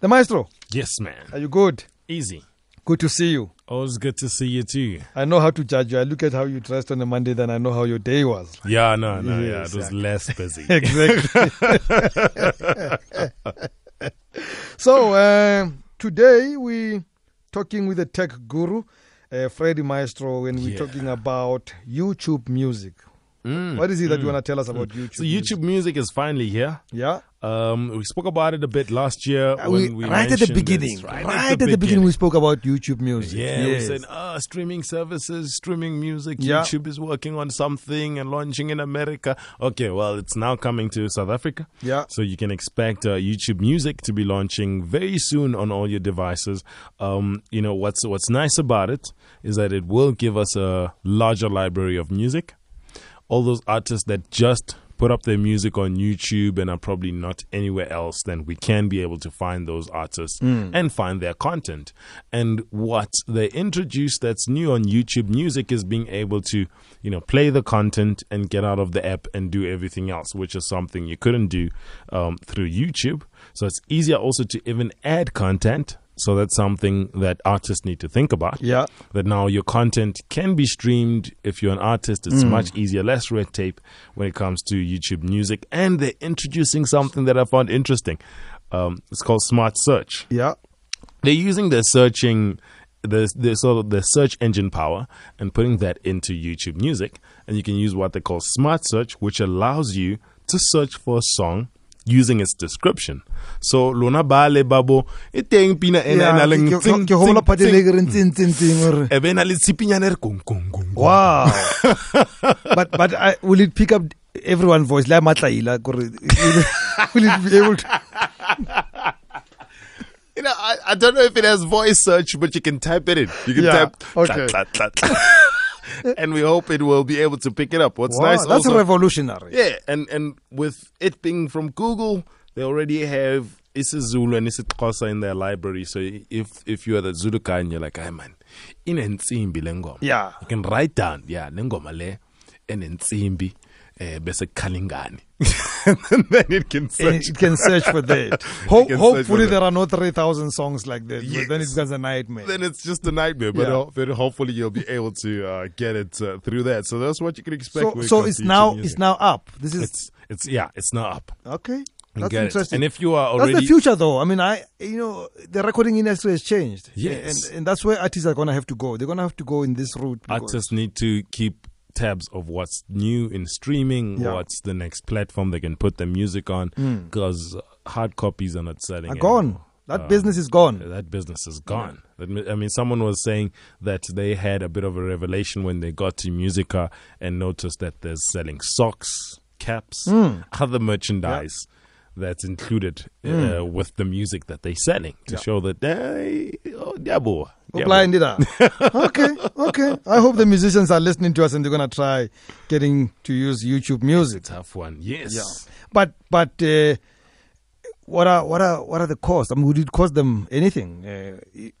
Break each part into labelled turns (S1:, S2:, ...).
S1: The maestro,
S2: Yes, man.
S1: are you good?
S2: Easy.
S1: Good to see you.
S2: Always good to see you too.
S1: I know how to judge you. I look at how you dressed on a Monday, then I know how your day was.
S2: Yeah, no, no, yeah.
S1: Yes,
S2: It was
S1: yeah.
S2: less busy.
S1: Exactly. so um, today we talking with the tech guru, uh, Freddy Maestro, and we're
S2: Yeah.
S1: talking about YouTube music.
S2: Mm.
S1: What is it that Mm. you want to tell us about YouTube?
S2: So
S1: music?
S2: YouTube music is finally here.
S1: yeah.
S2: Um, we spoke about it a bit last year
S1: Uh,
S2: when
S1: we-
S2: we
S1: right at the
S2: mentioned it.
S1: beginning.
S2: Right,
S1: at the beginning, we spoke about YouTube music.
S2: Yeah,
S1: Yes.
S2: we said ah, streaming services, streaming music.
S1: Yeah.
S2: YouTube is working on something and launching in America. Okay, well, it's now coming to South Africa.
S1: Yeah.
S2: So you can expect uh, YouTube Music to be launching very soon on all your devices. Um, you know what's what's nice about it is that it will give us a larger library of music. All those artists that just put up their music on YouTube and are probably not anywhere else, then we can be able to find those artists and find their content. And what they introduce that's new on YouTube Music is being able to, you know, play the content and get out of the app and do everything else, which is something you couldn't do um, through YouTube. So it's easier also to even add content. So that's something that artists need to think about
S1: Yeah.
S2: that now your content can be streamed if you're an artist it's much easier less red tape when it comes to youtube music and they're introducing something that i found interesting um, it's called smart search
S1: Yeah.
S2: they're using their searching the, the sort of the search engine power and putting that into YouTube Music, and you can use what they call smart search, which allows you to search for a song using its description. So lona bale babo iteng e pina ena
S1: Yeah,
S2: ena leng
S1: ke-
S2: tsing,
S1: ke hopola
S2: tsing,
S1: part e
S2: tsing.
S1: le ke reng tsing, Mm. tsing, tsing, or-
S2: E be na le tshipinyana e re gong, gong, gong, gong.
S1: Wow. but but I, will it pick up everyone voice like Matlaila? Gore- Will it be able to?
S2: You know, I, I don't know if it has voice search, but you can type it in. You can
S1: Yeah,
S2: type tla,
S1: okay.
S2: tla, tla, tla. and we hope it will be able to pick it up. What's
S1: Wow,
S2: nice
S1: that's
S2: also,
S1: revolutionary.
S2: Yeah, and and with it being from Google, they already have isiZulu and isiXhosa in their library. So if if you are the Zulu guy and you're like, "Hey man, inentsimbi lengoma,"
S1: Yeah.
S2: you can write down, yeah, lengoma le enentsimbi eh bese kalingani, and then it can
S1: And
S2: search.
S1: It can search for that. Ho-
S2: It can search for
S1: hopefully,
S2: that.
S1: there are no 3,000 songs like that. but Then it
S2: Yes.
S1: becomes a nightmare.
S2: then it's just a nightmare, but
S1: Yeah.
S2: ho- but hopefully you'll be able to uh, get it uh, through that. So that's what you can expect.
S1: so
S2: when it
S1: so
S2: comes
S1: it's
S2: to YouTube
S1: now
S2: music.
S1: it's now up. This is
S2: it's it's yeah it's now up.
S1: okay.
S2: You
S1: That's
S2: get it.
S1: interesting.
S2: And if you are
S1: that's
S2: already
S1: the future, though. I mean, I you know the recording industry has changed.
S2: Yes.
S1: and, and that's where artists are gonna have to go. They're gonna have to go in this route. because-
S2: artists need to keep tabs of what's new in streaming,
S1: Yeah. Hmm.
S2: what's the next platform they can put their music on, because hard copies are not selling.
S1: are gone.
S2: anymore.
S1: That
S2: Uh,
S1: business is gone.
S2: That business is gone. That mi- I mean, someone was saying that they had a bit of a revelation when they got to Musica and noticed that they're selling socks, caps,
S1: Hmm.
S2: other merchandise that's included uh, with the music that they're selling to show that they, oh, diabo,
S1: Go blind it up. okay, okay. I hope the musicians are listening to us and they're gonna try getting to use YouTube music.
S2: tough one. Yes.
S1: But but uh, what are what are what are the costs? I mean, would it cost them anything uh, i-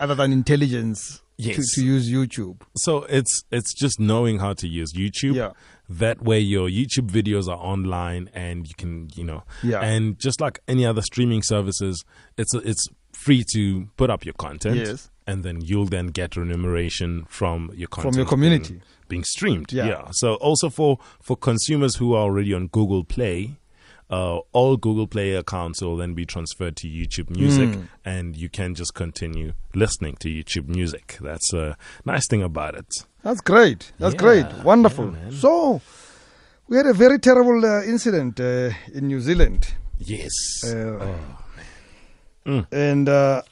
S1: other than intelligence
S2: Yes.
S1: to, to use YouTube?
S2: So it's it's just knowing how to use YouTube.
S1: Yeah.
S2: That way your YouTube videos are online and you can, you know.
S1: Yeah.
S2: And just like any other streaming services, it's it's free to put up your content.
S1: Yes.
S2: And then you'll then get remuneration from your content
S1: your community.
S2: being, being streamed.
S1: Yeah.
S2: So also for for consumers who are already on Google Play, uh, all Google Play accounts will then be transferred to YouTube Music,
S1: Hmm.
S2: and you can just continue listening to YouTube Music. That's a nice thing about it.
S1: That's great. That's
S2: Yeah,
S1: great. Wonderful.
S2: yeah, man.
S1: so we had a very terrible uh, incident uh, in New Zealand.
S2: Yes.
S1: Uh, And uh,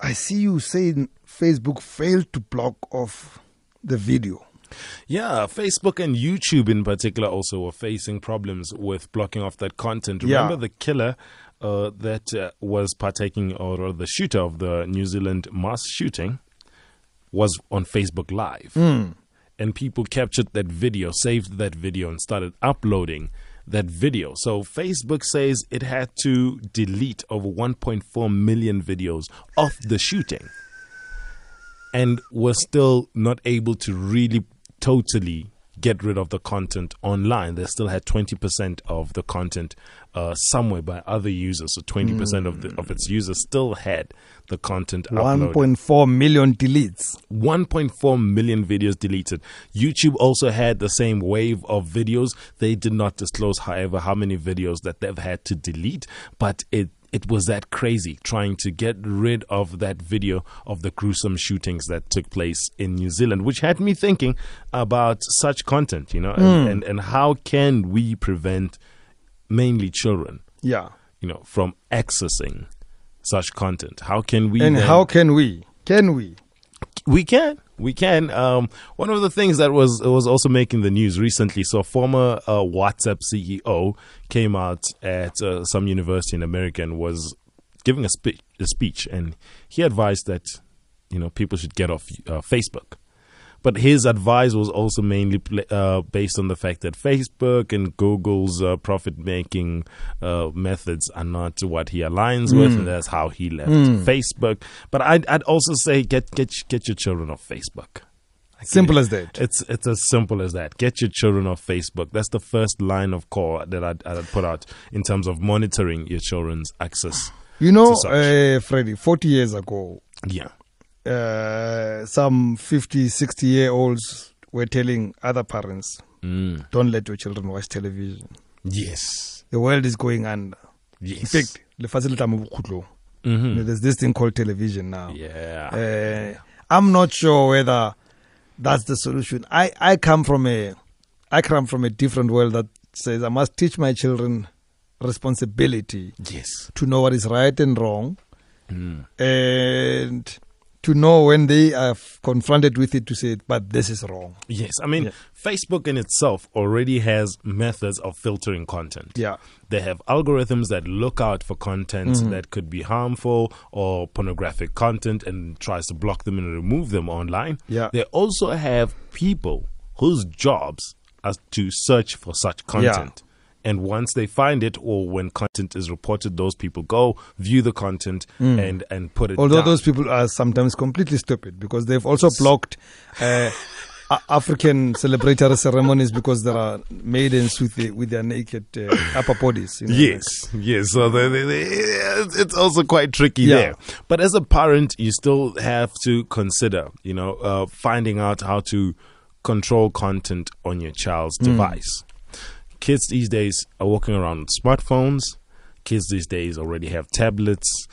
S1: I see you saying Facebook failed to block off the video.
S2: Yeah, Facebook and YouTube in particular also were facing problems with blocking off that content.
S1: Yeah.
S2: Remember the killer uh, that uh, was partaking, or or the shooter of the New Zealand mass shooting, was on Facebook Live.
S1: Hmm.
S2: And people captured that video, saved that video, and started uploading that video. So Facebook says it had to delete over 1.4 million videos of the shooting and was still not able to really totally get rid of the content online. They still had 20% of the content uh, somewhere by other users. So 20% of, the, of its users still had the content uploaded.
S1: 1.4 million deletes.
S2: 1.4 million videos deleted. YouTube also had the same wave of videos. They did not disclose, however, how many videos that they've had to delete, but it it was that crazy trying to get rid of that video of the gruesome shootings that took place in New Zealand, which had me thinking about such content, you know, and,
S1: Hmm.
S2: and, and how can we prevent mainly children,
S1: Yeah.
S2: you know, from accessing such content? How can we
S1: And
S2: then-
S1: how can we? Can we?
S2: we can. We can. Um, one of the things that was was also making the news recently. So, a former uh, WhatsApp CEO came out at uh, some university in America and was giving a, spe- a speech, and he advised that you know people should get off uh, Facebook. But his advice was also mainly pla- uh, based on the fact that Facebook and Google's uh, profit making uh, methods are not what he aligns with,
S1: Hmm.
S2: and that's how he left Facebook. But I'd, I'd also say get get get your children off Facebook.
S1: Simple as that.
S2: It's it's as simple as that. Get your children off Facebook. That's the first line of call that I'd, I'd put out in terms of monitoring your children's access.
S1: You know,
S2: such.
S1: uh, Freddie, 40 years ago,
S2: Yeah,
S1: uh, some 50, 60 year olds were telling other parents, don't let your children watch television.
S2: yes,
S1: The world is going under. In
S2: yes, Mm. Mm-hmm.
S1: fact, lefatshe le tla mo bokhutlong. You know, there's this thing called television now.
S2: Ah, yeah.
S1: Uh, I'm not sure whether that's the solution. I, I come from a I come from a different world that says I must teach my children responsibility
S2: Yes.
S1: to know what is right and wrong,
S2: Mm.
S1: and to know when they are f- confronted with it to say, "But this is wrong."
S2: Yes. I mean,
S1: Yeah.
S2: Facebook in itself already has methods of filtering content.
S1: Yeah. Mm-hmm.
S2: They have algorithms that look out for content that could be harmful or pornographic content and tries to block them and remove them online.
S1: Yeah.
S2: They also have people whose jobs are to search for such content. And once they find it or when content is reported, those people go view the content and, and put it
S1: Mm. Although
S2: down.
S1: those people are sometimes completely stupid because they've also blocked uh, a- African celebratory ceremonies because there are maidens with the, with their naked uh, upper bodies. You know,
S2: Yes, yes. So the, the, the, it's- it's also quite tricky
S1: Yeah.
S2: there. But as a parent, you still have to consider, you know, uh, finding out how to control content on your child's
S1: Mm.
S2: device. Kids these days are walking around with smartphones. Kids these days already have tablets,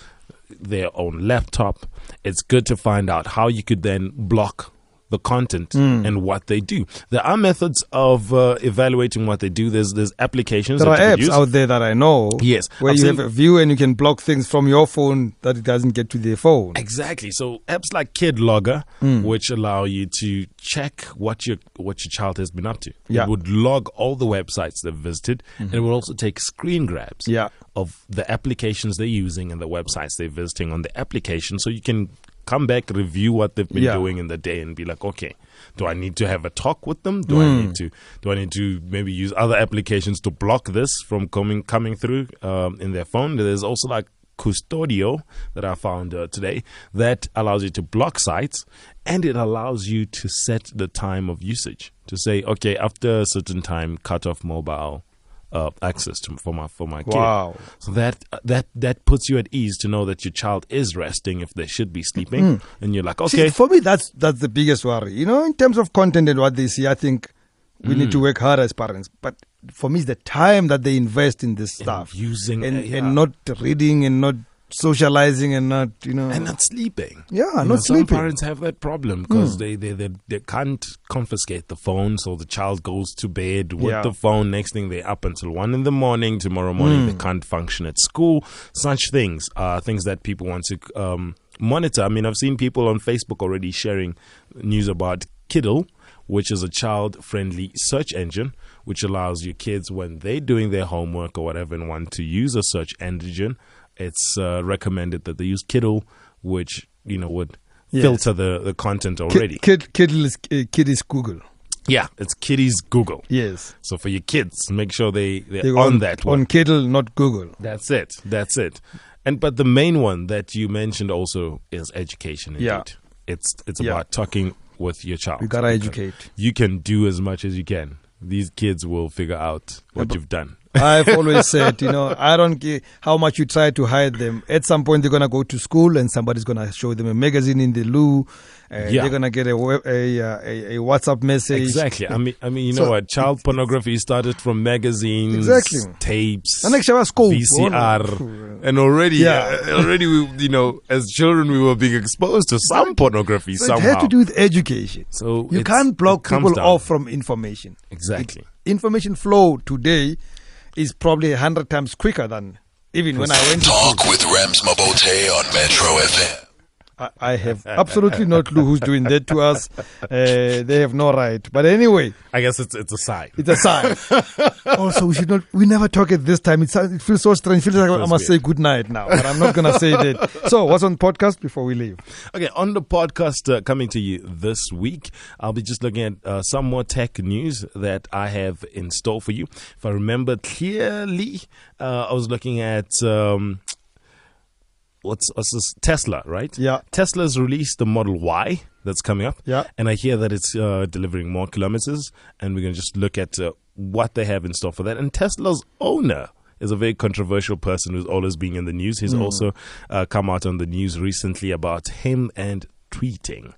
S2: their own laptop. It's good to find out how you could then block the content
S1: Mm.
S2: and what they do. There are methods of uh, evaluating what they do. There's there's applications
S1: There are
S2: that you could
S1: apps
S2: use.
S1: out there that I know.
S2: Yes,
S1: Where
S2: I've
S1: you
S2: seen-
S1: have a view and you can block things from your phone that it doesn't get to their phone. Hmm.
S2: Exactly. So apps like KidLogger, which allow you to check what your what your child has been up to.
S1: Yeah.
S2: It would log all the websites they've visited, and it would also take screen grabs
S1: Yeah.
S2: of the applications they're using and the websites they're visiting on the application, so you can come back review what they've been
S1: Yeah.
S2: doing in the day and be like, okay, do I need to have a talk with them? Do
S1: Hmm.
S2: I need to do I need to maybe use other applications to block this from coming coming through um, in their phone? There's also like Custodio that I found uh, today that allows you to block sites and it allows you to set the time of usage to say, okay, after a certain time, cut off mobile uh, access to, for my for my kid.
S1: Wow.
S2: So that uh, that that puts you at ease to know that your child is resting if they should be sleeping, and you're like,
S1: Hmm. See,
S2: okay,
S1: for me, that's that's the biggest worry. You know, in terms of content and what they see, I think we need
S2: Mm.
S1: to work hard as parents. But for me, it's the time that they invest in this stuff,
S2: using
S1: and,
S2: uh, yeah.
S1: and not reading and not socializing and not you know.
S2: and not sleeping.
S1: Yeah,
S2: You
S1: not
S2: know,
S1: sleeping. Hmm.
S2: Some parents have that problem because they, they, they, they can't confiscate the phone, so the child goes to bed with
S1: Yeah.
S2: the phone. Next thing, they're up until one in the morning. Tomorrow morning,
S1: Hmm.
S2: they can't function at school. Such things are things that people want to um, monitor. I mean, I've seen people on Facebook already sharing news about Kiddle. Which is a child friendly search engine, which allows your kids, when they're doing their homework or whatever, and want to use a search engine, it's uh, recommended that they use Kiddle, which you know would
S1: Yes.
S2: filter the, the content already.
S1: Kid, kid, kid, is, uh, kid is Google.
S2: yeah, it's Kiddies Google.
S1: Yes,
S2: So for your kids, make sure they they're
S1: They go
S2: on that one.
S1: on Kindle, not Google.
S2: That's it. That's it. And but the main one that you mentioned also is education. Indeed.
S1: Yeah.
S2: It's it's
S1: Yeah.
S2: about talking with your child.
S1: You gotta educate.
S2: You can do as much as you can. These kids will figure out what you've done.
S1: I've always said, you know, I don't care how much you try to hide them. At some point, they're gonna go to school, and somebody's gonna show them a magazine in the loo. Uh,
S2: Yeah.
S1: They're gonna get a we- a, uh, a, a WhatsApp message.
S2: Exactly. I mean, I mean, you know
S1: So-
S2: what? Child pornography started from magazines,
S1: Exactly.
S2: tapes,
S1: And actually, I was cold.
S2: VCR, and already,
S1: Yeah.
S2: uh, already, we, you know, as children, we were being exposed to some pornography
S1: So it
S2: somehow.
S1: has to do with education.
S2: so
S1: You
S2: it's-
S1: can't
S2: it
S1: block
S2: comes
S1: people
S2: down.
S1: off from information.
S2: Exactly.
S1: Information flow today is probably a hundred times quicker than even when I went. To school.
S3: Talk with Rams Mabote on Metro FM.
S1: I, I have absolutely no clue who's doing that to us. Uh, they have no right. But anyway,
S2: I guess it's it's a sign.
S1: it's a sign. also, we should not. We never talk at this time. It, sounds- it feels so strange. It feels like I
S2: feels
S1: must
S2: weird.
S1: say good night now, but I'm not gonna say that. So, what's on podcast before we leave?
S2: Okay, on the podcast uh, coming to you this week, I'll be just looking at uh, some more tech news that I have in store for you. If I remember clearly, uh, I was looking at. Um, What's, what's this? Tesla, right?
S1: Yeah.
S2: Tesla's released the Model Y that's coming up.
S1: Yeah.
S2: And I hear that it's uh, delivering more kilometers, and we're going to just look at uh, what they have in store for that. And Tesla's owner is a very controversial person who's always been in the news.
S1: Mm.
S2: He's also uh, come out on the news recently about him and tweeting.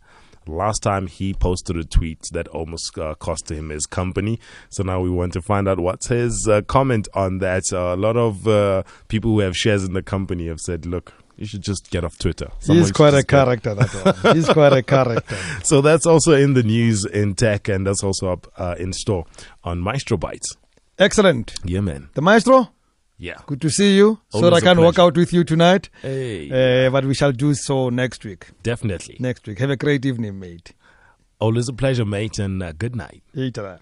S2: Last time he posted a tweet that almost uh, cost him his company. So now we want to find out what's his uh, comment on that. Uh, a lot of uh, people who have shares in the company have said, look, you should just get off Twitter. Someone
S1: He's
S2: should
S1: quite a
S2: just get-
S1: character. That one. He's quite a character.
S2: so that's also in the news in tech, and that's also up uh, in store on Maestro Bytes.
S1: Excellent.
S2: Yeah, man.
S1: The maestro.
S2: Yeah.
S1: Good to see you. so
S2: Always
S1: I
S2: a
S1: can walk
S2: pleasure.
S1: out with you tonight.
S2: Hey.
S1: Uh, but we shall do so next week.
S2: Definitely.
S1: Next week. Have a great evening, mate.
S2: Always a pleasure, mate, and uh, good night.
S1: Later.